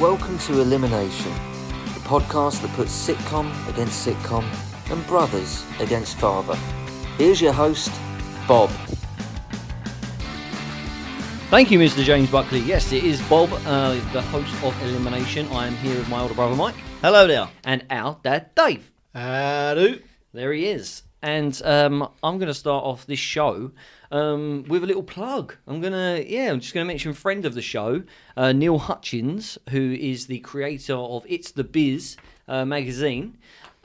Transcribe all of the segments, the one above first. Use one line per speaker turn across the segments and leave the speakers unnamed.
Welcome to Elimination, the podcast that puts sitcom against sitcom and brothers against father. Here's your host, Bob.
Thank you, Mr. James Buckley. Yes, it is Bob, uh, the host of Elimination. I am here with my older brother Mike
Hello there.
and our dad Dave.
Hello.
There he is. And um, I'm going to start off this show um, with a little plug. I'm going to, yeah, I'm just going to mention friend of the show, uh, Neil Hutchins, who is the creator of It's the Biz uh, magazine.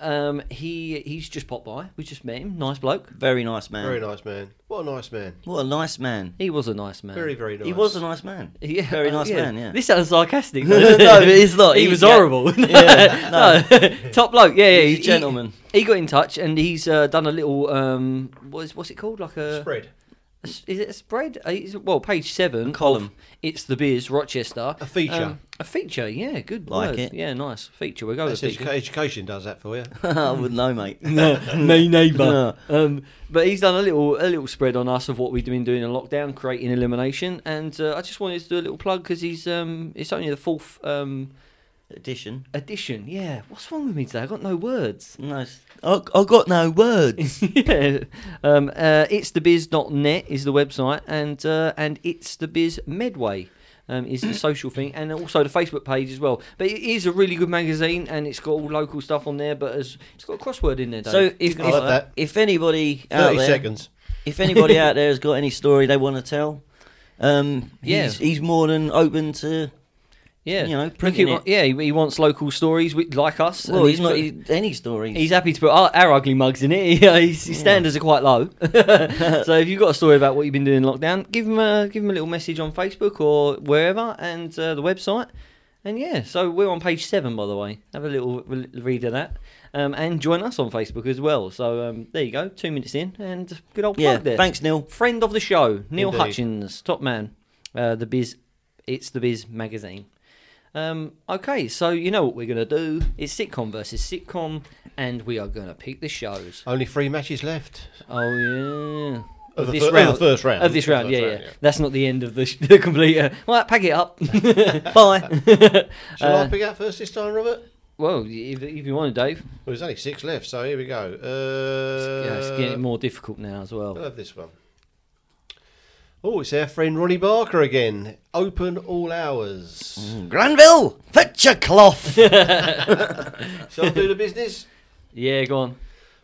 Um, he he's just popped by. We just met him. Nice bloke.
Very nice man.
Very
Um,
nice man. What a nice man.
What a nice man.
He was a nice man.
Very, very nice.
He was a nice man.
Yeah,
Very
uh,
nice man, yeah.
This sounds sarcastic.
No,
doesn't it?
but it's not.
He
He-
was
yeah.
horrible.
Yeah,
no. top bloke. Yeah, yeah.
He's a
he-
gentleman.
He, he got in touch and he's uh, done a little. Um, what is, what's it called? Like a
spread.
Is it a spread? Uh, it's- well, page seven. of
column.
it's the Biz Rochester. Um,
A feature.
a feature. Yeah, good.
Like
word.
it.
Yeah, nice feature. We will go
That's
with
educa-
feature.
education does that for you.
Oh,
I wouldn't know, mate.
My neighbour. Um, but he's done a little a little spread on us of what we've been doing in lockdown, creating elimination, and uh, I just wanted to do a little plug because he's um, it's only the fourth um,
Edition.
Addition, yeah. What's wrong with me today? I got no words.
Nice. I, I got no words.
yeah. Um, uh, it's net is the website, and uh, and it's the biz medway. Um, is the social thing and also the Facebook page as well. But it is a really good magazine and it's got all local stuff on there. But as, it's got a crossword in there. Dave.
so
You
if
can
I
if,
like
love that.
if anybody out
30
there,
seconds.
if anybody out there has got any story they want to tell, um,
Yeah.
he's, he's more than open to.
yeah,
you know,
Look,
printing
he wa-
it.
yeah, he, he wants local stories with, like us. and
Well, he's not e-
put-
he, any stories.
He's happy to put our, our ugly mugs in it. Yeah, His, his standards are quite low. so if you've got a story about what you've been doing in lockdown, give him a give him a little message on Facebook or wherever, and uh, the website. And yeah, so we're on page seven, by the way. Have a little re- read of that, um, and join us on Facebook as well. So um, there you go, two minutes in, and good old
yeah.
plug there.
Thanks, Neil.
Friend of the show, Neil
Indeed.
Hutchins, top man. Uh, the Biz, it's the Biz magazine. Um, okay, so you know what we're gonna do? It's sitcom versus sitcom, and we are gonna pick the shows.
Only three matches left.
Oh yeah.
Of the fir- of the first round.
Of this
Of the
round,
first
yeah,
round,
yeah.
yeah.
That's not the end of the, sh- the complete. Uh, well, pack it up.
Bye.
Shall
Uh,
I pick out first this time, Robert?
well, if, if you want to, Dave.
Well, there's only six left, so here we go.
It's, yeah, it's
Uh,
getting more difficult now as
I
well.
love this one. Oh, it's our friend Ronnie Barker again. Open all hours.
Mm.
Granville, fetch a cloth.
Shall I do the business?
Yeah, go on.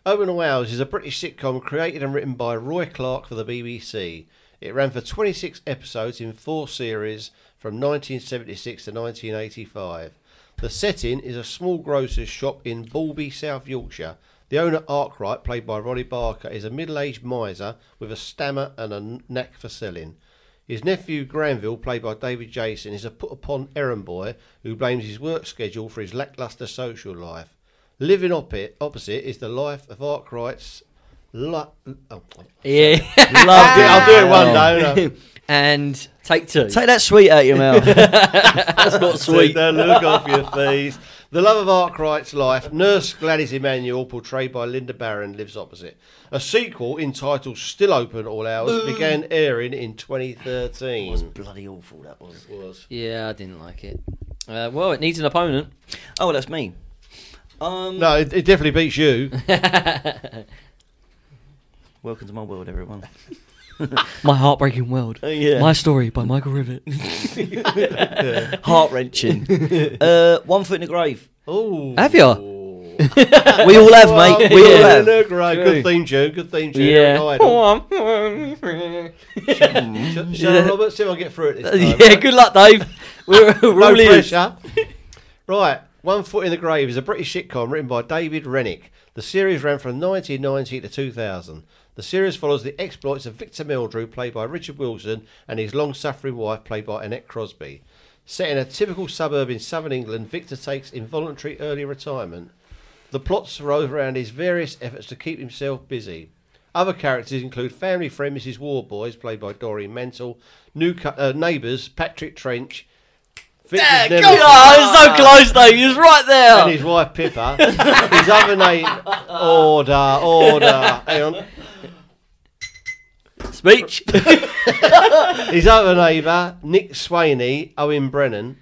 Open All Hours is a British sitcom created and written by Roy Clark for the BBC. It ran for 26 episodes in four series from 1976 to 1985. The setting is a small grocer's shop in Balby, South Yorkshire. The owner, Arkwright, played by Ronnie Barker, is a middle aged miser with a stammer and a knack for selling. His nephew Granville, played by David Jason, is a put upon errand boy who blames his work schedule for his lackluster social life. Living op- opposite is the life of Arkwright's. Li- oh,
Yeah,
Loved
I'll do- I'll do it one
Wow.
day. won't I?
and take two.
Take that sweet out of your mouth. That's not
Take
sweet.
the look off your face. The love of Arkwright's life, Nurse Gladys Emanuel, portrayed by Linda Barron, lives opposite. A sequel entitled Still Open All Hours began airing in 2013.
Bloody awful that was.
Was.
yeah, I didn't like it. Uh, well, it needs an opponent.
Oh, that's me. Um,
No, it, it definitely beats you.
Welcome to my world, everyone.
My heartbreaking world.
Uh, yeah.
My story by Michael Rivet.
Heart wrenching. uh, one foot in the grave.
Oh,
Have you?
We all have,
Well,
mate. We all
yeah,
have.
look, right, Good theme tune. Good theme tune.
yeah.
Eric Idle.
yeah.
Sh- Shall I, Robert, see if I can get through it this time.
Good luck, Dave. We're, we're
No
all in.
pressure. right, One Foot in the Grave is a British sitcom written by David Rennick. The series ran from 1990 to 2000. The series follows the exploits of Victor Meldrew, played by Richard Wilson, and his long-suffering wife, played by Annette Crosby. Set in a typical suburb in southern England, Victor takes involuntary early retirement. The plots revolve around his various efforts to keep himself busy. Other characters include family friend Mrs. Warboys, played by Doreen Mental, new uh, neighbours Patrick Trench, Victor's nemesis,
Oh, it was so close, Dave. He was right
and
there.
his wife Pippa. his other name, order, order. Hang on.
Speech.
His other neighbour, Nick Swaney, Owen Brennan,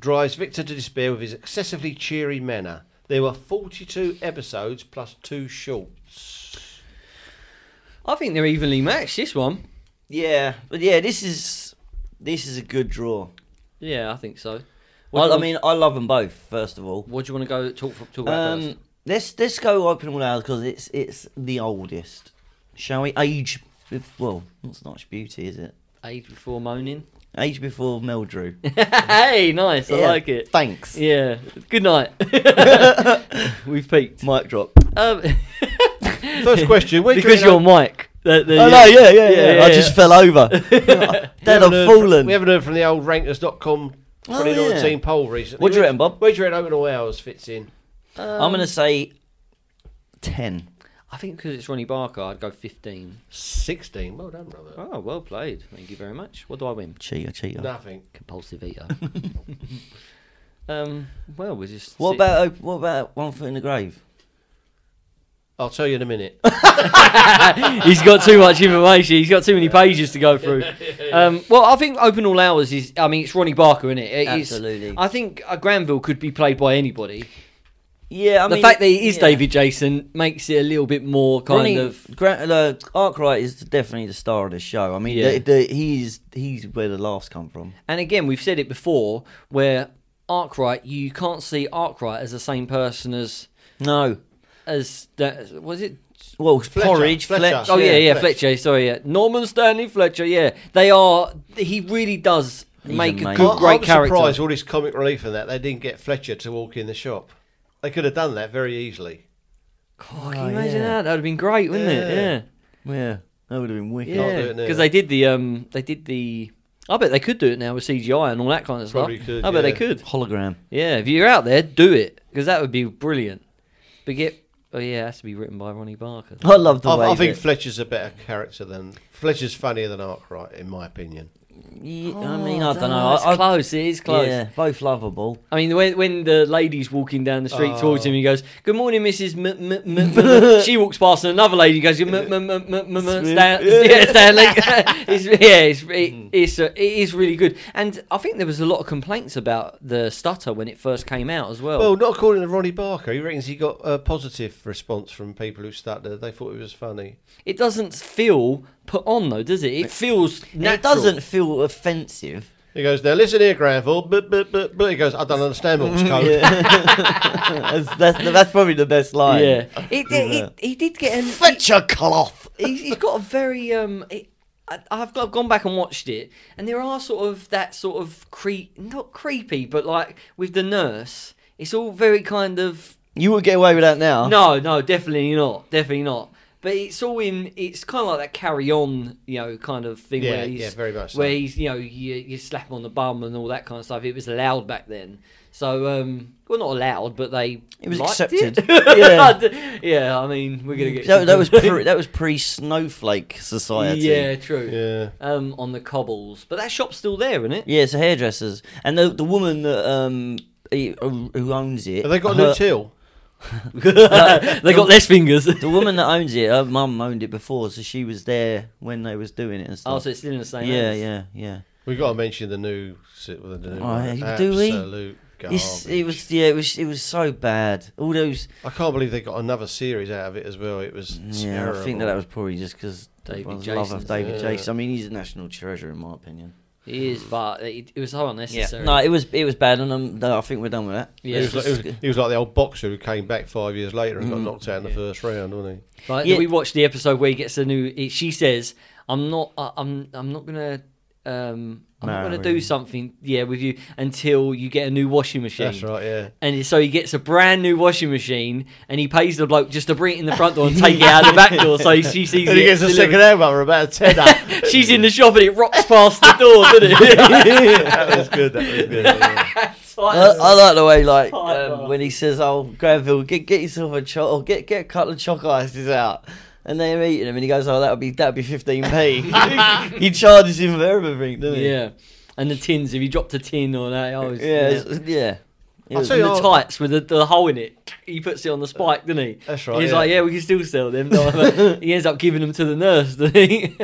drives Victor to despair with his excessively cheery manner. There were 42 episodes plus two shorts.
I think they're evenly matched. This one.
Yeah, but yeah, this is this is a good draw.
Yeah, I think so. What do
Well,
you
I
want-
mean, I love them both. First of all,
what do you want to go talk for, talk about
um,
first?
let's let's go open all hours because it's it's the oldest, shall we? Age, with, well, it's not beauty, is it?
Age before moaning.
Age before Mel Drew.
hey, nice. I
Yeah,
like it.
Thanks.
Yeah. Good night. We've peaked.
Mic drop.
Um,
First question. Where do you
because
reckon-
you're Mike. That- that-
Oh no, yeah, yeah,
Yeah,
yeah.
yeah,
I
yeah.
just fell over.
We
Dead,
haven't
I've
heard
fallen.
From, we haven't heard from the old rankers.com
Oh,
2019
yeah.
poll recently.
What do you
Where-
reckon, Bob?
Where do you reckon open all hours fits in?
Um,
I'm gonna say ten.
I think because it's Ronnie Barker, I'd go 15.
16. Well done, brother.
Oh, well played. Thank you very much. What do I win?
Cheater, cheater.
Nothing.
Compulsive eater. um, well, we're just.
What
sit-
about op- what about one foot in the grave?
I'll tell you in a minute.
He's got too much information. He's got too many pages to go through. Um, well, I think Open All Hours is. I mean, it's Ronnie Barker, isn't it? It is-
Absolutely.
I think uh, Granville could be played by anybody.
Yeah, I
the
mean,
fact that he is
yeah.
David Jason makes it a little bit more kind
Ronnie-
of.
Grant, uh, Arkwright is definitely the star of the show. I mean,
Yeah.
the, the, he's he's where the laughs come from.
And again, we've said it before, where Arkwright, you can't see Arkwright as the same person as
No,
as that. Was it?
well,
Fletcher,
porridge,
Fletcher.
Fletcher.
Oh yeah, yeah,
Fletcher.
Fletcher. Sorry, yeah, Norman Stanley Fletcher. Yeah, they are. He really does
He's
make a
amazing.
good,
I-
great
I'm
character.
surprised all this comic relief and that they didn't get Fletcher to walk in the shop. They could have done that very easily.
Oh, can
Oh,
you imagine
yeah.
that? That would have been great, wouldn't
Yeah.
it?
Yeah, that would have been wicked.
Yeah,
Can't
yeah.
do it now.
Because they did the um, they did the. I bet they could do it now with CGI and all that kind of
Probably
stuff.
could,
I bet they
yeah.
could.
Hologram.
Yeah, if you're out there, do it because that would be brilliant. But get, oh yeah, it has to be written by Ronnie Barker.
I love the way.
I, I think
that-
Fletcher's a better character than Fletcher's funnier than Arkwright, in my opinion.
Yeah, I mean, I don't know.
It's
I, I,
Oh, close. It is close.
Yeah, both lovable.
I mean, when, when the lady's walking down the street towards
Oh.
him, he goes, "Good morning, Mrs." M- M- M- M-" she walks past and another lady goes, "M- M- M- M- M- M- Stan- yeah, Stanley." it's, yeah, it's it, it's uh, it is really good, and I think there was a lot of complaints about the stutter when it first came out as
Oh.
well.
Well, not according to Ronnie Barker. He reckons he got a positive response from people who started. They thought it was funny.
It doesn't feel put on though, does it? It feels natural.
It doesn't feel offensive.
He goes, now listen here, Granville. But, but, but, but. He goes, I don't understand Morse code.
that's, that's, the- that's probably the best line.
Yeah, it, it, it, he did get an.
Fletcher cloth.
he's, he's got a very um. It, I, I've, got, I've gone back and watched it, and there are sort of that sort of creep, not creepy, but like with the nurse, it's all very kind of
You would get away with that now.
no, no, definitely not, definitely not. But it's all in. It's kind of like that carry on, you know, kind of thing
Yeah,
where he's
yeah, very much so.
where he's you know you, you slap him on the bum and all that kind of stuff. It was allowed back then. So um, well, not allowed, but they
It was
liked
accepted.
It.
Yeah. Mm.
yeah. I mean, we're gonna get
That, that was
some-
pre, that was pre snowflake society.
Yeah, true.
Yeah.
Um, on the cobbles, but that shop's still there, isn't it?
Yeah, it's a hairdresser's, and the the woman that um he- who owns it.
Have they got a
her,
new till?
they got less fingers.
The woman that owns it, her mum owned it before, so she was there when they was doing it and stuff.
oh, so it's still in the same.
yeah,
house.
yeah, yeah.
We've got to mention the new. The new
Oh, yeah, do we?
absolute
This,
garbage.
it was yeah, it was it was so bad. All those
I can't believe they got another series out of it as well. It was
yeah,
terrible.
I think that, that was probably just because
David
love of
Jason's-
David
Yeah.
Jason. I mean, he's a national treasure in my opinion.
It is, but it, it was so unnecessary.
No, it was it was bad, and um, no, I think we're done with that.
Yeah.
he, was like, he, was, he was like the old boxer who came back five years later and got
Mm-hmm.
knocked out in the
Yeah.
first round, wasn't he?
Like,
Yeah.
We watched the episode where he gets a new. He, she says, "I'm not. I, I'm. I'm not gonna. Um, I'm not gonna
Marry
do
you."
something. Yeah, with you until you get a new washing machine."
That's right, yeah.
And so he gets a brand new washing machine, and he pays the bloke just to bring it in the front door and take it out of the back door. So he- she sees
And he
it
gets a
delivered.
second hand one for about a tenner.
She's in the shop and it rocks past the door, doesn't it?
that was good. That was good. yeah.
I, I like the way, like
Tight
um,
bar.
when he says, "Oh, Granville, get get yourself a cho- or get get a couple of choc ices out," and they're eating him, and he goes, "Oh, that'll be that'll be fifteen p." he charges him for everything, doesn't he?
yeah. And the tins, if you dropped a tin or that, oh,
yeah,
it's-
it's- yeah. It
I'll
was-
tell
And
you-
the tights with the, the hole in it, he puts it on the spike, doesn't he?
That's
And
right.
he's
yeah.
like, yeah, we can still sell them. No, but he ends up giving them to the nurse, doesn't he?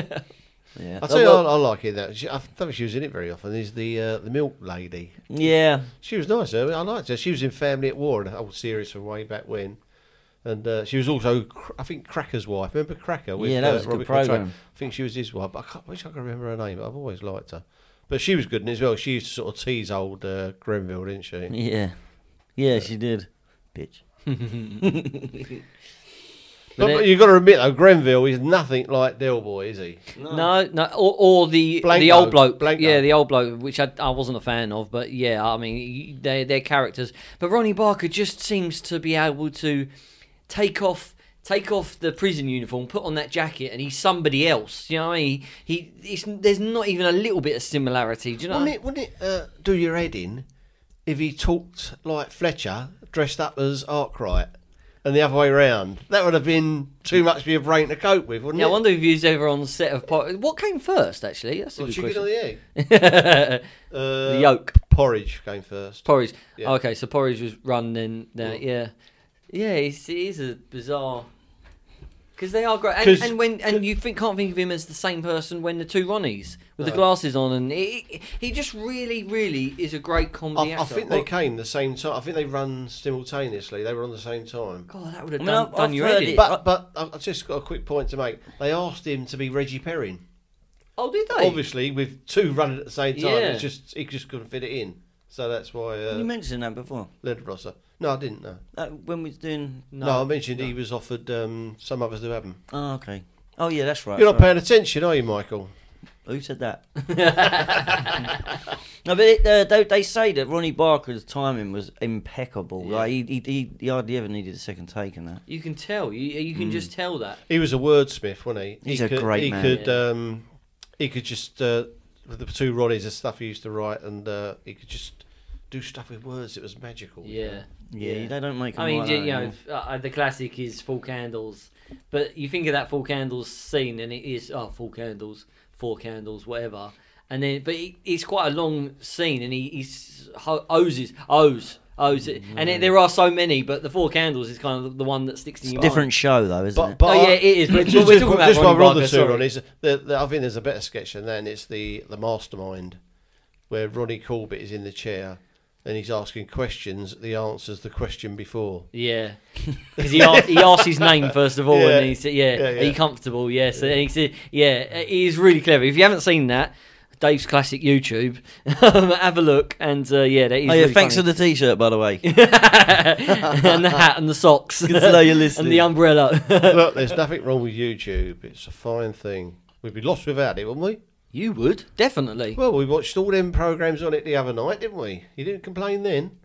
Yeah. Oh,
I tell you,
Well,
I, I like it. That she, I don't think she was in it very often. Is the uh, the milk lady?
yeah.
She was nice. Though. I liked her. She was in Family at War, an old series from way back when, and uh, she was also, Cr- I think, Cracker's wife. Remember Cracker? uh,
Yeah, that was a good
Coltrane?
programme.
I think she was his wife. But I can't, wish I could remember her name. But I've always liked her. But she was good as well. She used to sort of tease old uh, Grenville, didn't she?
Yeah. Yeah, she did. Bitch.
But,
But
but you've got to admit though, Grenville is nothing like Del Boy, is he?
No, no, or, or the
Blanco,
the old bloke,
Blanco.
yeah, the old bloke, which I, I wasn't a fan of, but yeah, I mean, they they're characters. But Ronnie Barker just seems to be able to take off take off the prison uniform, put on that jacket, and he's somebody else. You know, what I mean? he, he it's, there's not even a little bit of similarity. Do you know?
Wouldn't it, wouldn't it uh, do your head in if he talked like Fletcher, dressed up as Arkwright, and the other way round? That would have been too much for your brain to cope with, wouldn't
Yeah, I
it?
wonder if he was ever on set of Por- what came first. Actually, that's a
Or
good
chicken
question.
or the egg? Uh,
the yolk.
Porridge came first.
Porridge. Oh,
Yeah.
Okay, so porridge was run then. now, yeah, yeah. It's, it is a bizarre because they are great. And,
'Cause-
and when and you think, can't think of him as the same person when the two Ronnies with the glasses on, and he, he just really, really is a great comedy
I, I
actor.
think they came the same time. I think they run simultaneously. They were on the same time.
God, that would have
I mean,
done,
I've-
done
I've
your
heard
head in.
it.
But but I- I've just got a quick point to make. They asked him to be Reggie Perrin.
Oh, did they?
Obviously, with two running at the same time,
Yeah.
it's just he just couldn't fit it in. So that's why
You
uh,
mentioned that before.
Leonard Rosser. No, I didn't know.
That, when we was doing.
No, I mentioned he was offered um, some others who haven't.
Oh, okay. Oh, yeah, that's right.
You're not
sorry.
paying attention, are you, Michael?
Who said that? no, but it, uh, they, they say that Ronnie Barker's timing was impeccable. Like he, he, he, he hardly ever needed a second take in that.
You can tell. You you can just tell that.
He was a wordsmith, wasn't he?
He's
he
a great
he
man.
Could, um, he could just uh, with the two Ronnies and stuff he used to write, and uh, he could just do stuff with words. It was magical. you know.
Yeah.
Yeah, they don't make.
I
him
mean,
like
you,
that
you know,
anymore.
uh, the classic is Four Candles, but you think of that Four Candles scene, and it is oh, Four Candles, Four Candles, whatever. And then, but it, it's quite a long scene, and he he's, ho- oses, owes, owes it. And it, there are so many, but the Four Candles is kind of the one that sticks in
it's a
your
different
mind.
show though, isn't
But,
it?
but
Oh,
I-
yeah, it is. But
just,
we're
just-
talking about
just while
Ronnie
we're on the
Barker,
two
sorry.
Ronnies, the, the, I think there's a better sketch than that. and It's the the mastermind, where Ronnie Corbett is in the chair, and he's asking questions. The answers the question before.
Yeah, because he, asked- he asks his name first of all,
Yeah.
and he said, yeah,
Yeah,
"Are you
yeah.
comfortable?" Yes, and he said, "Yeah." He's really clever. If you haven't seen that, Dave's classic YouTube, have a look, and uh, yeah, that is.
oh yeah,
really
thanks
funny.
for the T-shirt by the way.
and the hat and the socks.
Good to know you're listening.
and the umbrella.
Look, there's nothing wrong with YouTube. It's a fine thing. We'd be lost without it, wouldn't we?
you would definitely.
Well, we watched all them programs on it the other night, didn't we? You didn't complain then.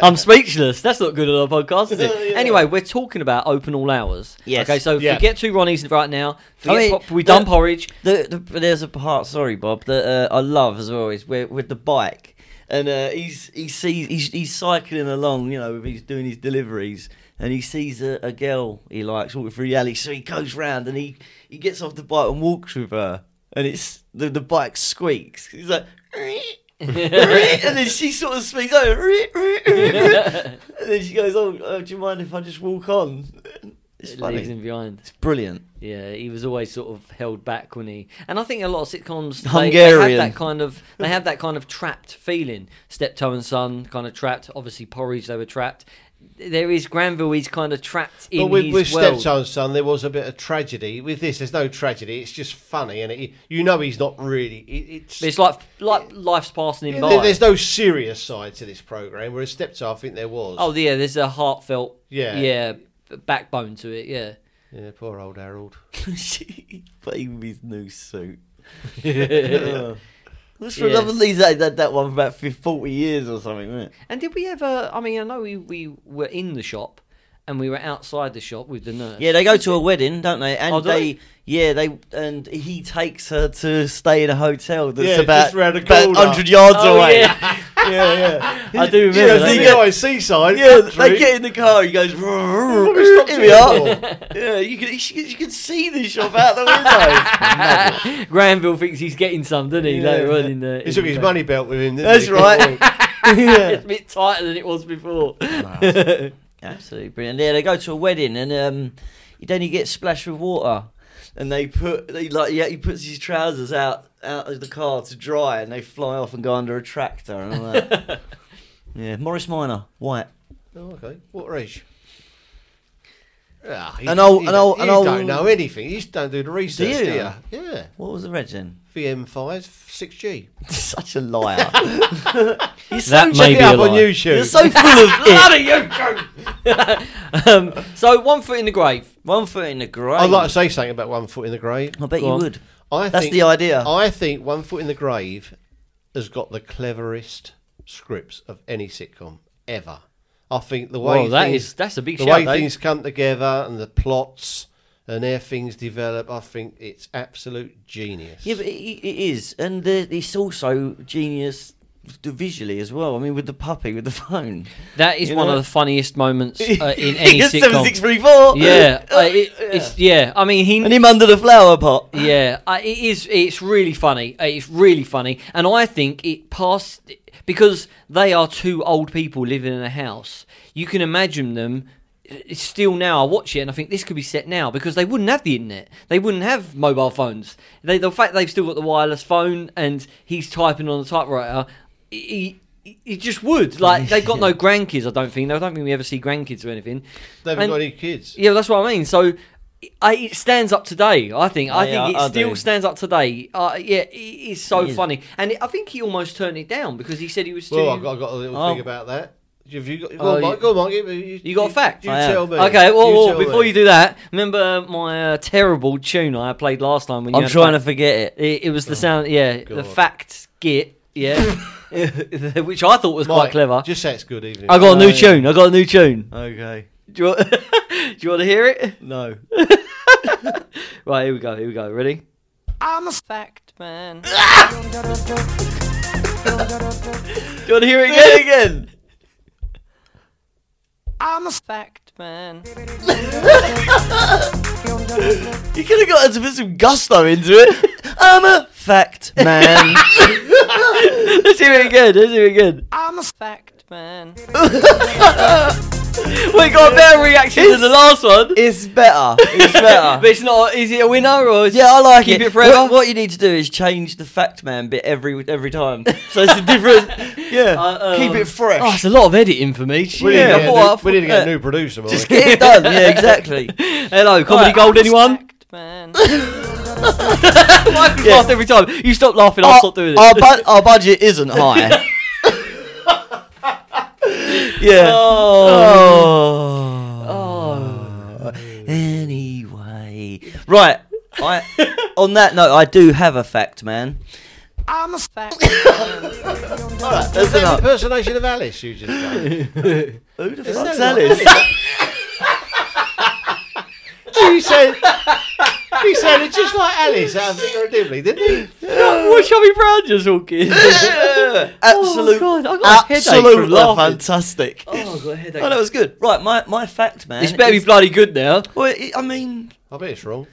I'm speechless. That's not good on our podcast, is it? Anyway, we're talking about open all hours.
Yes.
Okay, so
Yeah.
forget two Ronnies right now. Forget
I mean,
pop, we
the-
done porridge.
The, the, but there's a part, sorry, Bob, that uh, I love as well is where, with the bike, and uh, he's he sees he's, he's cycling along, you know, he's doing his deliveries, and he sees a, a girl he likes walking through the alley, so he goes round and he he gets off the bike and walks with her, and it's the the bike squeaks. He's like. and then she sort of speaks over, and then she goes, "Oh, uh, do you mind if I just walk on?" It's
It
funny.
Leaves him behind.
It's brilliant.
Yeah, he was always sort of held back when he, and I think a lot of sitcoms they- They,
Hungarian.
have that kind of they have that kind of trapped feeling. Steptoe and Son kind of trapped. Obviously, porridge they were trapped. There is Granville. He's kind of trapped in
but with,
his
with
world.
Steptoe and Son, there was a bit of tragedy. With this, there's no tragedy. It's just funny, and it, you know he's not really. It, it's,
But it's like like life's passing him
there-
by.
there's no serious side to this program. Whereas Steptoe, I think there was.
Oh yeah, there's a heartfelt
Yeah.
yeah b- backbone to it. Yeah,
yeah, poor old Harold.
but even his new suit.
Yeah.
That's
Yeah.
from Love and Lisa. They had that one for about 50, 40 years or something, wasn't it?
and did we ever? I mean, I know we, we were in the shop and we were outside the shop with the nurse.
Yeah, they go to a wedding, don't they? And
Oh, do
they, yeah, they, and he takes her to stay in a hotel that's
Yeah, just
about,
round the
about
corner.
100 yards
Oh,
away.
yeah.
yeah, yeah.
I do remember.
Yeah,
that
so you
bit.
get-
seaside.
Yeah,
country.
they get in the car. He goes, "Roar,
we
roar,
stopped
here
you
we are.
before?
Yeah, you can, you, can- you can see the shop out the window.
Granville thinks he's getting some, doesn't he?
Yeah.
Later on in the,
He
in
took
the
his
show.
money belt with him. didn't
That's
he?
right. yeah.
It's a bit tighter than it was before.
Absolutely brilliant. Yeah, they go to a wedding and um, you then you get splashed with water. and they put they like yeah he puts his trousers out out of the car to dry and they fly off and go under a tractor and all that. yeah, Morris Minor, white.
Oh, okay. What age? Ah, you-
An old-
you
an
don't-
old- an
you
old-
don't know anything. You just don't do the research,
Do you?
do you? Yeah.
What was the red then?
E
VM5, 6G.
Such a liar. you're so,
That may
Check
be
it
a
up on
lie.
YouTube.
you're so full of bloody you.
um, so one foot in the grave.
One foot in the grave.
I'd like to say something about One Foot in the Grave.
I bet
Go
you
on.
would.
I
That's
think,
the idea.
I think One Foot in the Grave has got the cleverest scripts of any sitcom ever. I think the way
Well, that
things,
is that's a big
the
shout.
way
though.
things come together and the plots and how things develop, I think it's absolute genius.
Yeah, but it, it is, and uh, it's also genius visually as well. I mean, with the puppy with the phone.
that is
you
one
know-
of the funniest moments uh, in any
Seven
sitcom.
six three four.
Yeah, uh, it, it's yeah. I mean, he
and him under the flower pot.
Yeah, I, it is. It's really funny. Uh, It's really funny, and I think it passed because they are two old people living in a house. You can imagine them. uh, Still now, I watch it and I think this could be set now because they wouldn't have the internet. They wouldn't have mobile phones. They, the fact they've still got the wireless phone and he's typing on the typewriter, he, he, he just would. Like they've got no grandkids. I don't think. I don't think we ever see grandkids or anything.
They haven't
And-
got any kids.
yeah, that's what I mean. So I, it stands up today. I think. I
Yeah,
think it
I
still
do.
stands up today. Uh, yeah, it is so
It is.
funny, and I think he almost turned it down because he said he was too.
Well, I've got, I've got a little
Oh.
thing about that. Have you got, go
Oh,
on,
you-
Mike, go on, Mike. You, you-
You got a
you-
fact?
You
I have.
tell me.
okay, well, well,
tell
before
me.
you do that, remember my uh, terrible tune I played last time when you
I'm
had
trying to
fact-
forget it.
It, it was the sound. Yeah, the
Oh God.
fact git. Yeah, which I thought was quite
Mike,
clever.
Just say it's good evening.
I got a
Oh,
new
yeah.
tune. I got a new tune.
Okay.
Do you, want, do you want to hear it?
No.
Right, here we go. Here we go. Ready? I'm a fact man. Do you want to hear it again?
again.
I'm a fact man.
You could have got her to put some gusto into it. I'm a fact man.
Let's hear it again. Let's hear it again. I'm a fact man. we got a better reaction than the last one.
it's better. It's better.
but it's not. Is it a winner or? Is
Yeah, I like
Keep
it.
it forever?
What, what you need to do is change the fact man bit every every time. So it's a different. Yeah.
Uh,
Keep
um,
it fresh.
Oh, it's a lot of editing for me.
We need
Yeah,
to
I
get a
thought I-
new- we need to get
uh,
a new producer, Mike.
Just get it done. Yeah, exactly.
Hello, comedy
Right.
gold. Anyone? Michael's
Yeah.
laughed every time. You stop laughing. I'll stop doing it.
Our, bu- our budget isn't high. yeah. Oh. Anyway, right. I, on that note, I do have a fact, man.
Is that an impersonation of Alice you just done?
Who the
Is
fuck's
that
Alice?
Oh,
he said. He sounded just like Alice out of Vicar and Dibley, didn't he?
What chubby brown just walking?
absolute,
Oh, God, I got a headache
absolutely
from laughing.
fantastic. Oh,
I've got a headache.
that was good. Right, my, my fact, man.
This better be
is-
bloody good now.
well, it- I mean,
I bet it's wrong.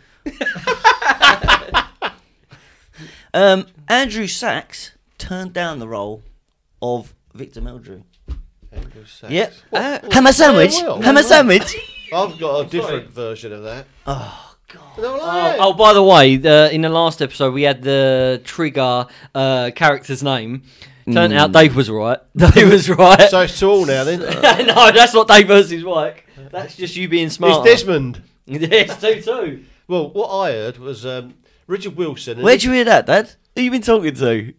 um, Andrew Sachs turned down the role of Victor Meldrew.
Andrew Sachs.
Yep.
What?
Uh,
Oh,
Hammer sandwich.
well.
Hammer sandwich.
I've got a different version of that. Oh, God. No,
Oh,
I-
oh, by the way, the, in the last episode we had the trigger uh, character's name. Turned out Dave was right. Dave was right.
Hmm. So it's tall now then.
no, that's not Dave versus Wyke. That's just you being
it's
smart.
Desmond.
yes, two two.
Well, what I heard was um, Richard Wilson. and-
Where'd you hear that, Dad? Who you been talking to?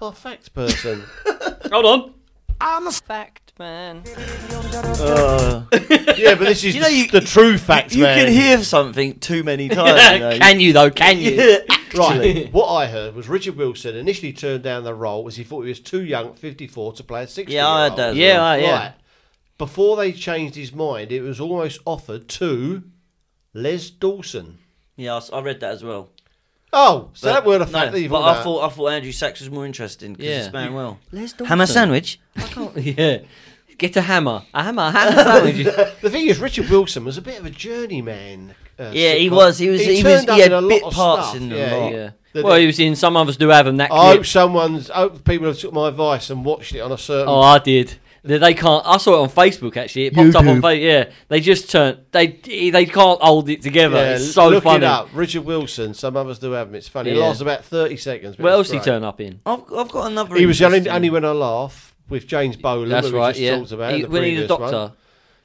Oh, fact person.
Hold on.
yeah, but this is
You know, you-
the true fact,
you
man.
can hear something too many times. you know.
can you though? Can you?
Yeah, actually.
Right, what I heard was Richard Wilson initially turned down the role as he thought he was too young, at 54, to play a 60
Yeah, I
year
heard that.
old.
as
Yeah,
well.
I- yeah.
Right. Before they changed his mind, it was almost offered to Les Dawson.
yeah, I s- I read that as well.
Oh, so
But-
that were the fact
no,
that you've
But
got
I
that.
thought I thought Andrew Sachs was more interesting because
Yeah.
this man well.
Let's
Hammer sandwich.
yeah. Get a hammer. A hammer. A hammer sandwich.
The thing is, Richard Wilson was a bit of a journeyman. Uh,
Yeah, he
sitcom.
was. He was. He,
turned
was.
up
He had
in a lot
bit
of
parts
stuff,
in the
yeah,
lot.
yeah.
The-
well, he was in. Some of us do have him that
I
clip.
hope someone's. I hope people have took my advice and watched it on a certain.
oh, I did. They they can't. I saw it on Facebook actually. It popped up on Facebook. Yeah, they just turned. They they can't hold it together. it's so
look
funny.
it up. Richard Wilson. Some others do have him. It's funny. It
Yeah.
lasts about thirty seconds. but
What else
it's
did he
great.
turn up in?
I've, I've got another.
He was the only,
interesting-
only when I laugh with James Boland.
That's
who we
right.
just
Yeah,
talked about
he,
in the
when he's a
previous one.
doctor.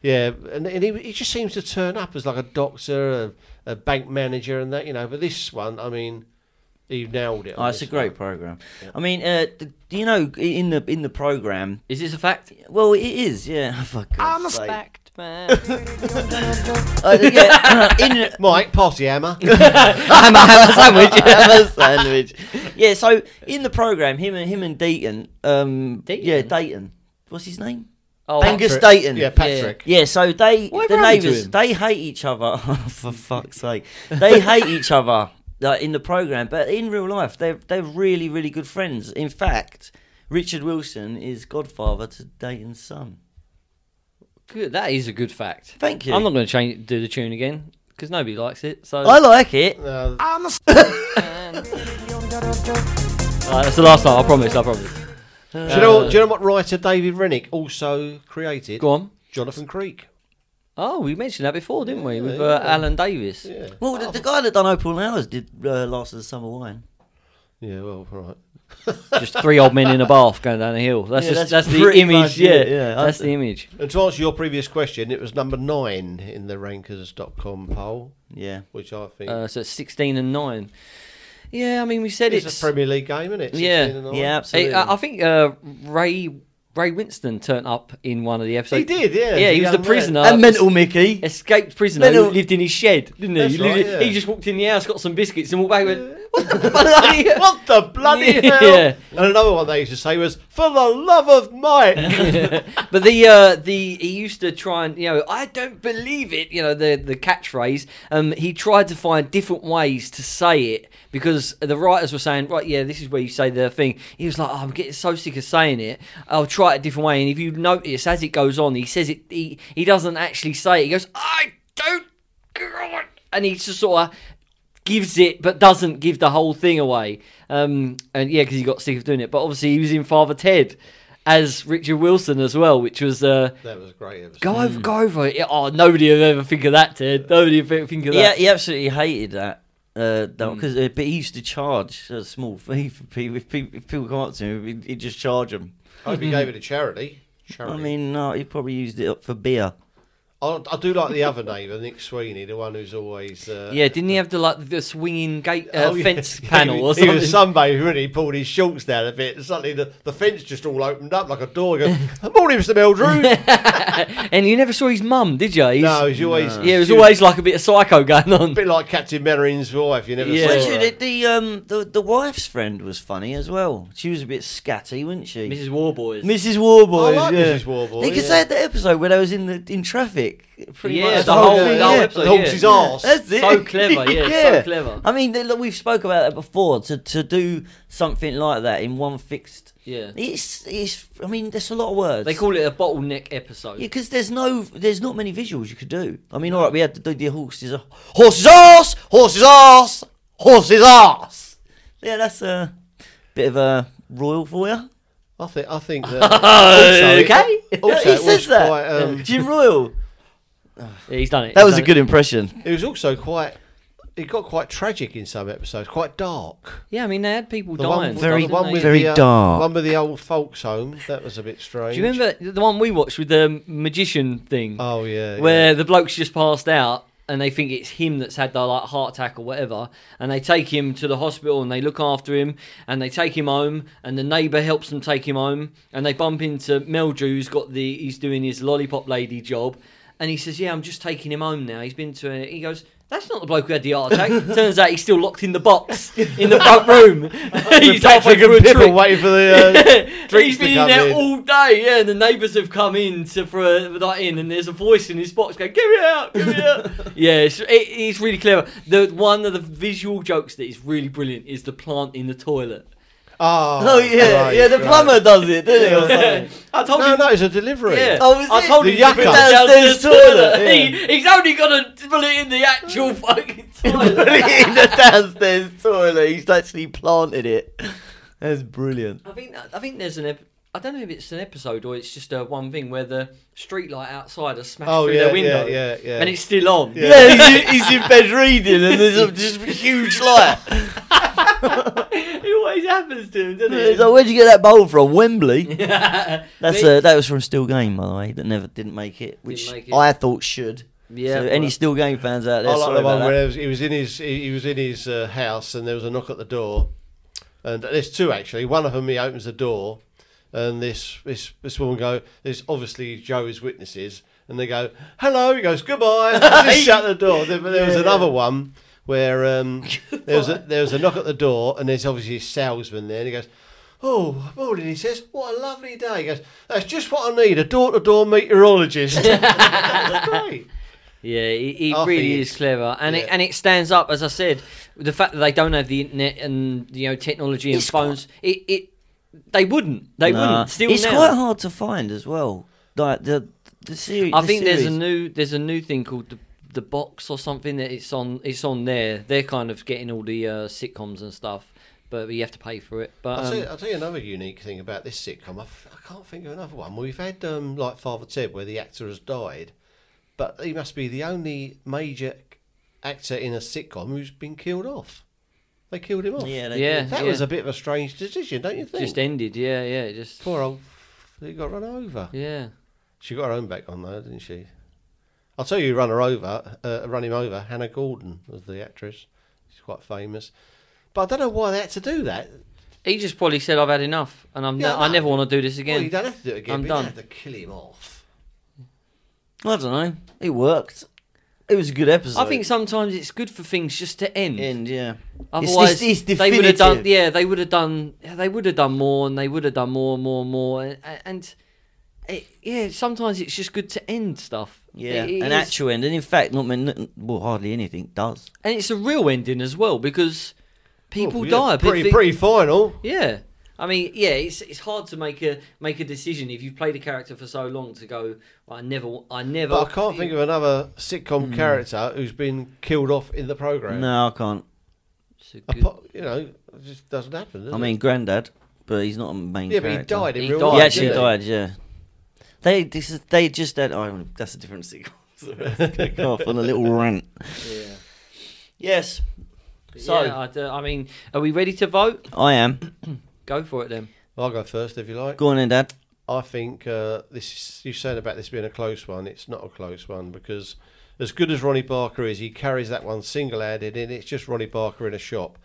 Yeah, and, and he, he just seems to turn up as like a doctor, a, a bank manager, and that you know. But this one, I mean, he nailed it.
Oh,
Ah,
on
it's a
this
great
one.
program. I mean, uh, d- do you know in the in the program?
Is this a fact?
Well, it is. Yeah. Oh, For
I'm a
God's sake.
fact man.
Uh, yeah, in,
Mike Pottyhammer.
I'm a ham sandwich. ham sandwich. Yeah. So in the program, him and him and Dayton. Um,
Deaton?
Yeah, Dayton. What's his name?
Oh,
Angus
Patrick.
Dayton.
yeah, Patrick.
Yeah, so they
Whatever
the
happened to
neighbours
him?
they hate each other. For fuck's sake, they hate each other like, in the program, but in real life they're they're really really good friends. In fact, Richard Wilson is godfather to Dayton's son.
Good. That is a good fact.
Thank you.
I'm not going to change do the tune again because nobody likes it. So
I like it.
Uh,
Alright, that's the last time. I promise. I promise.
do, you know, what- do you know what writer David Rennick also created?
Uh, Go on.
Jonathan Creek.
Oh, we mentioned that before, didn't we? With
yeah,
uh, Alan Davis.
Yeah.
Well, the, the guy that done Opal Hours did uh, Last of the Summer Wine.
Yeah. Well, right.
Just three old men in a bath going down a hill. That's
Yeah,
just
that's
that's, the
pretty
image.
much
Yeah,
it, yeah.
that's the image.
And to answer your previous question, it was number nine in the Rankers.com poll,
Yeah.
which I think
Uh, so it's 16 and nine. Yeah, I mean we said
is
it's.
a Premier League game, isn't it?
Yeah.
16 and nine.
Yeah,
Hey,
absolutely.
I I think uh, Ray Ray Winston turned up in one of the episodes.
He did, yeah.
Yeah, he was the
The young man.
prisoner.
and Mental Mickey.
escaped prisoner
Mental-
who lived in his shed, didn't he?
That's
He, lived
right,
in-
yeah.
he just walked in the house, got some biscuits, and walked back. And went, what the bloody?
What the bloody
Yeah.
hell? And another one they used to say was, "For the love of Mike."
but the uh, the he used to try and you know I don't believe it you know the the catchphrase um he tried to find different ways to say it because the writers were saying right yeah this is where you say the thing he was like oh, I'm getting so sick of saying it I'll try it a different way and if you notice as it goes on he says it he, he doesn't actually say it he goes I don't and he just sort of gives it but doesn't give the whole thing away. Um, and yeah, because he got sick of doing it. But obviously, he was in Father Ted as Richard Wilson as well, which was uh,
that was a great. episode.
go over, go over. it. Oh, nobody would ever think of that, Ted. Nobody would think of
Yeah,
that. Hmm.
he absolutely hated that. Uh, because uh, but he used to charge a small fee for people. If people, if people come up to him, he'd, he'd just charge them.
I hope he gave it to charity. Charity.
I mean, no, he probably used it up for beer.
I, I do like the other neighbour, Nick Sweeney, the one who's always. Uh,
Yeah, didn't he have the like the swinging gate uh,
oh, yeah.
fence panel
he,
or
was-
something?
He was sunbathing, really. He pulled his shorts down a bit. And suddenly the, the fence just all opened up like a door. He Goes, Morning, Mr. Meldrew.
and you never saw his mum, did you? He's-
no, he's always.
yeah, it was
she
always like a bit of psycho going on.
A bit like Captain Mannerin's wife. You never
Yeah.
saw
Well,
Well,
actually,
her.
the, the um the, the wife's friend was funny as well. She was a bit scatty, wasn't she?
Mrs. Warboys.
Mrs. Warboys.
I like
yeah.
Mrs. Warboy.
Because
yeah.
they had the episode where they was in the in traffic. Pretty
Yeah,
much
the whole-
thing,
the whole
yeah.
episode,
The horse's
yeah.
arse.
That's it.
So clever, yeah, so clever.
I mean, they- look, we've spoke about that before. To to do something like that in one fixed,
Yeah.
it's it's. I mean, there's a lot of words.
They call it a bottleneck episode.
Yeah, because there's no, there's not many visuals you could do. I mean, all right, we had to do the horses, horses ass, horses ass, horses ass. Yeah, that's a bit of a royal for you.
I think. I think that. also, it-
okay.
Also,
he
it was
says that.
Quite, um,
Jim Royal.
Yeah, he's done it.
That
He's
was a
done it.
good impression.
it was also quite. It got quite tragic in some episodes. Quite dark.
Yeah, I mean they had people
The
dying.
one,
Very-
the one with
very
the, uh,
dark.
One with the old folks home. That was a bit strange.
Do you remember the one we watched with the magician thing,
Oh yeah.
where
yeah.
the bloke's just passed out and they think it's him that's had the like heart attack or whatever, and they take him to the hospital and they look after him and they take him home and the neighbour helps them take him home and they bump into Meldrew who's got the he's doing his lollipop lady job, and he says, "Yeah, I'm just taking him home now. He's been to," a, he goes. That's not the bloke who had the heart attack. Turns out he's still locked in the box in the front room. he's halfway
Patrick
through a
and Pip
trick.
are waiting for the. Uh,
He's
drinks to
been in
come
there
in.
all day, yeah. And the neighbours have come in to for uh, that in, and there's a voice in his box going, "Get me out, get me out." yeah, it's, it, it's really clever. The one of the visual jokes that is really brilliant is the plant in the toilet.
oh,
Oh yeah,
great,
yeah. The
great.
plumber does it, doesn't he? Or something.
I told
No,
him.
no, it's a delivery.
Yeah.
Oh, is
I
it?
told
The
him to put it
yucca.
down to
Downstairs
the toilet.
toilet,
He, he's only got to put it in the actual fucking
Put
toilet.
it in the downstairs toilet. He's actually planted it. That's brilliant.
I think that- I think there's an ep- I don't know if it's an episode or it's just uh, one thing where the streetlight outside has smashed
Oh
through
yeah,
their window
yeah, yeah, yeah.
and it's still on.
Yeah, he's, in- he's in bed reading, and there's a, just a huge light.
it always happens to him, doesn't
It's
it?
like, where'd you get that bowl from? Wembley. That's
But-
uh, that was from Still Game, by the way. That never didn't make it, which
make it.
I thought should.
Yeah,
So any
well-
Still Game fans out there?
I like
sorry
the one
about
where
that.
it was, he was in his he he was in his uh, house and there was a knock at the door, and there's two actually. One of them he opens the door, and this this this woman go. There's obviously Joe's witnesses, and they go hello. He goes goodbye. And they just shut the door. There, but there was another one where um, there was a, there was a knock at the door, and there's obviously a salesman there, and he goes. Oh, morning, he says. What a lovely day. He goes, That's just what I need a door to door meteorologist. That's great.
Yeah, he, he
I
really
think
is
it's-
clever, and it
yeah.
and it stands up as I said. The fact that they don't have the internet and you know technology and
It's
phones, it, it they wouldn't, they
Nah.
wouldn't. Still,
it's
now.
quite hard to find as well. Like the the series.
I think there's a
series.
new there's a new thing called the the box or something that it's on it's on there. They're kind of getting all the uh, sitcoms and stuff, but you have to pay for it. But
I'll,
um,
tell you, I'll tell you another unique thing about this sitcom. I, f- I can't think of another one. We've had um, like Father Ted, where the actor has died, but he must be the only major c- actor in a sitcom who's been killed off. They killed him off.
Yeah, they
yeah,
that
yeah.
was a bit of a strange decision, don't you think?
just ended. Yeah, yeah, it just
Poor old, f- he got run over.
yeah.
She got her own back on though, didn't she? I'll tell you, who run her over, uh, run him over. Hannah Gordon was the actress. She's quite famous, but I don't know why they had to do that.
He just probably said, "I've had enough, and I'm
Yeah,
ne- I
no.
never want to do this
Well, you
again."
don't have to do it again.
I'm
but
done.
You don't have to kill him off.
I don't know. It worked. It was a good episode.
I think sometimes it's good for things just to
end. Yeah. It's-
Otherwise,
it's, it's
they would have done.
definitive.
Yeah, they would have done. They would have done more, and they would have done more and more and more. And, and it, yeah, sometimes it's just good to end stuff.
Yeah,
It- it
an
is-
actual end, and in fact, not many, well, hardly anything does.
and it's a real ending as well because people
Oh, yeah,
die. But
Pretty,
the-
pretty final.
Yeah, I mean, yeah, it's it's hard to make a make a decision if you've played a character for so long to go. I never, I never. Hmm.
But I can't think of another sitcom character who's been killed off in the program.
No, I can't.
It's a good-
Apo- you know, it just doesn't happen. Does
I
it?
mean, Grandad, but he's not a main.
yeah, but he
character.
died in
He
real
died,
life.
He actually
didn't
died. Yeah. They this is they just had. Oh, that's a different sequel. Go off on a little rant.
yeah.
Yes,
So
So-
yeah, I, d- I mean, are we ready to vote?
I am.
Go for it then.
I'll go first if you like.
Go on, then, Dad.
I think uh, this is, you said about this being a close one. It's not a close one because as good as Ronnie Barker is, he carries that one single-handed, and it's just Ronnie Barker in a shop.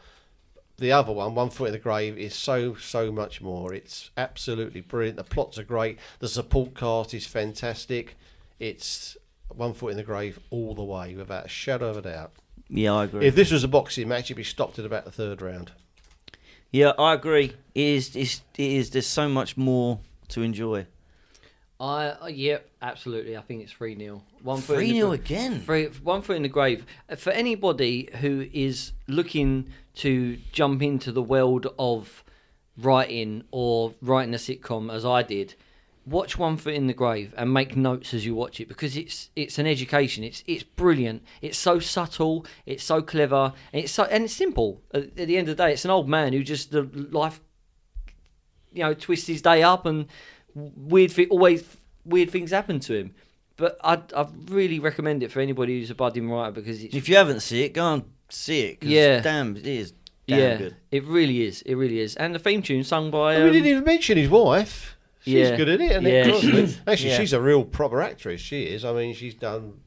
The other one, One Foot in the Grave, is so so much more. It's absolutely brilliant. The plots are great. The support cast is fantastic. It's One Foot in the Grave all the way, without a shadow of a doubt.
Yeah, I agree.
If this was a boxing match, it'd be stopped at about the third round.
yeah, I agree. It is. It's, it is. There's so much more to enjoy.
I uh, yep, absolutely. I think it's three 0 One foot in
Three
the
nil
gra-
again.
Three, one foot in the grave. Uh, For anybody who is looking to jump into the world of writing or writing a sitcom, as I did, watch One Foot in the Grave and make notes as you watch it because it's it's an education. It's it's brilliant. It's so subtle. It's so clever. And it's so and it's simple. At, at the end of the day, it's an old man who just the life, you know, twists his day up and weird thi- always weird things happen to him. But I I really recommend it for anybody who's a budding writer because it's
If you haven't seen it, go and see it. 'cause
Yeah.
damn, it is damn
yeah,
good.
it really is. It really is. And the theme tune sung by
And we
um,
didn't even mention his wife. She's
yeah.
good at it, and
Yeah.
it Crosby. actually,
Yeah.
she's a real proper actress. She is. I mean, she's done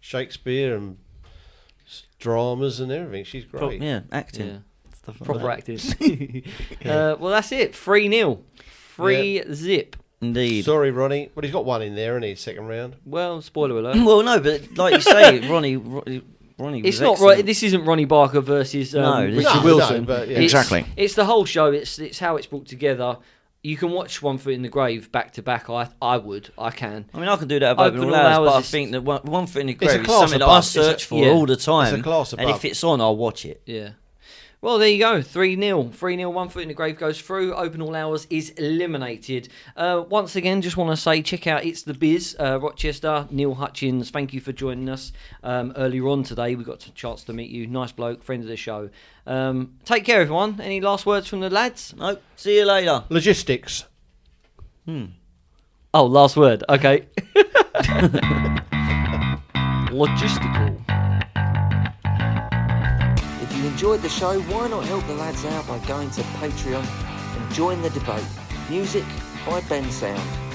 Shakespeare and s- dramas and everything. She's
Pro-
great.
yeah, acting.
Yeah.
Stuff like
proper
that.
actors. uh, well, that's it. Three nil, three zip.
Indeed.
Sorry, Ronnie, but he's got one in there, and he second round.
Well, spoiler alert.
well, no, but like you say, Ronnie. Ronnie, Ronnie was
It's not
excellent.
right. This isn't Ronnie Barker versus um,
No, this
Richard
is-
Wilson.
no, but yeah.
It's-
Exactly.
It's, the whole show. It's it's how it's brought together. You can watch One Foot in the Grave back to back. I I would. I can.
I mean, I can do that of
Open
open, all,
all
hours, but I
hours is-
think that one, one thing in
a
Grave is
class
something that I
above. It's a-
search for
yeah.
all the time.
class
and
above.
if it's on, I'll watch it.
Yeah. Well, there you go. 3 0. 3 0. One foot in the grave goes through. Open all hours is eliminated. Uh, once again, just want to say check out It's the Biz, uh, Rochester. Neil Hutchins, thank you for joining us um, earlier on today. We got a chance to meet you. Nice bloke, friend of the show. Um, take care, everyone. Any last words from the lads?
Nope. See you later.
Logistics.
Oh, last word. Okay. Logistical.
If you enjoyed the show, why not help the lads out by going to Patreon and join the debate? Music by Ben Sound.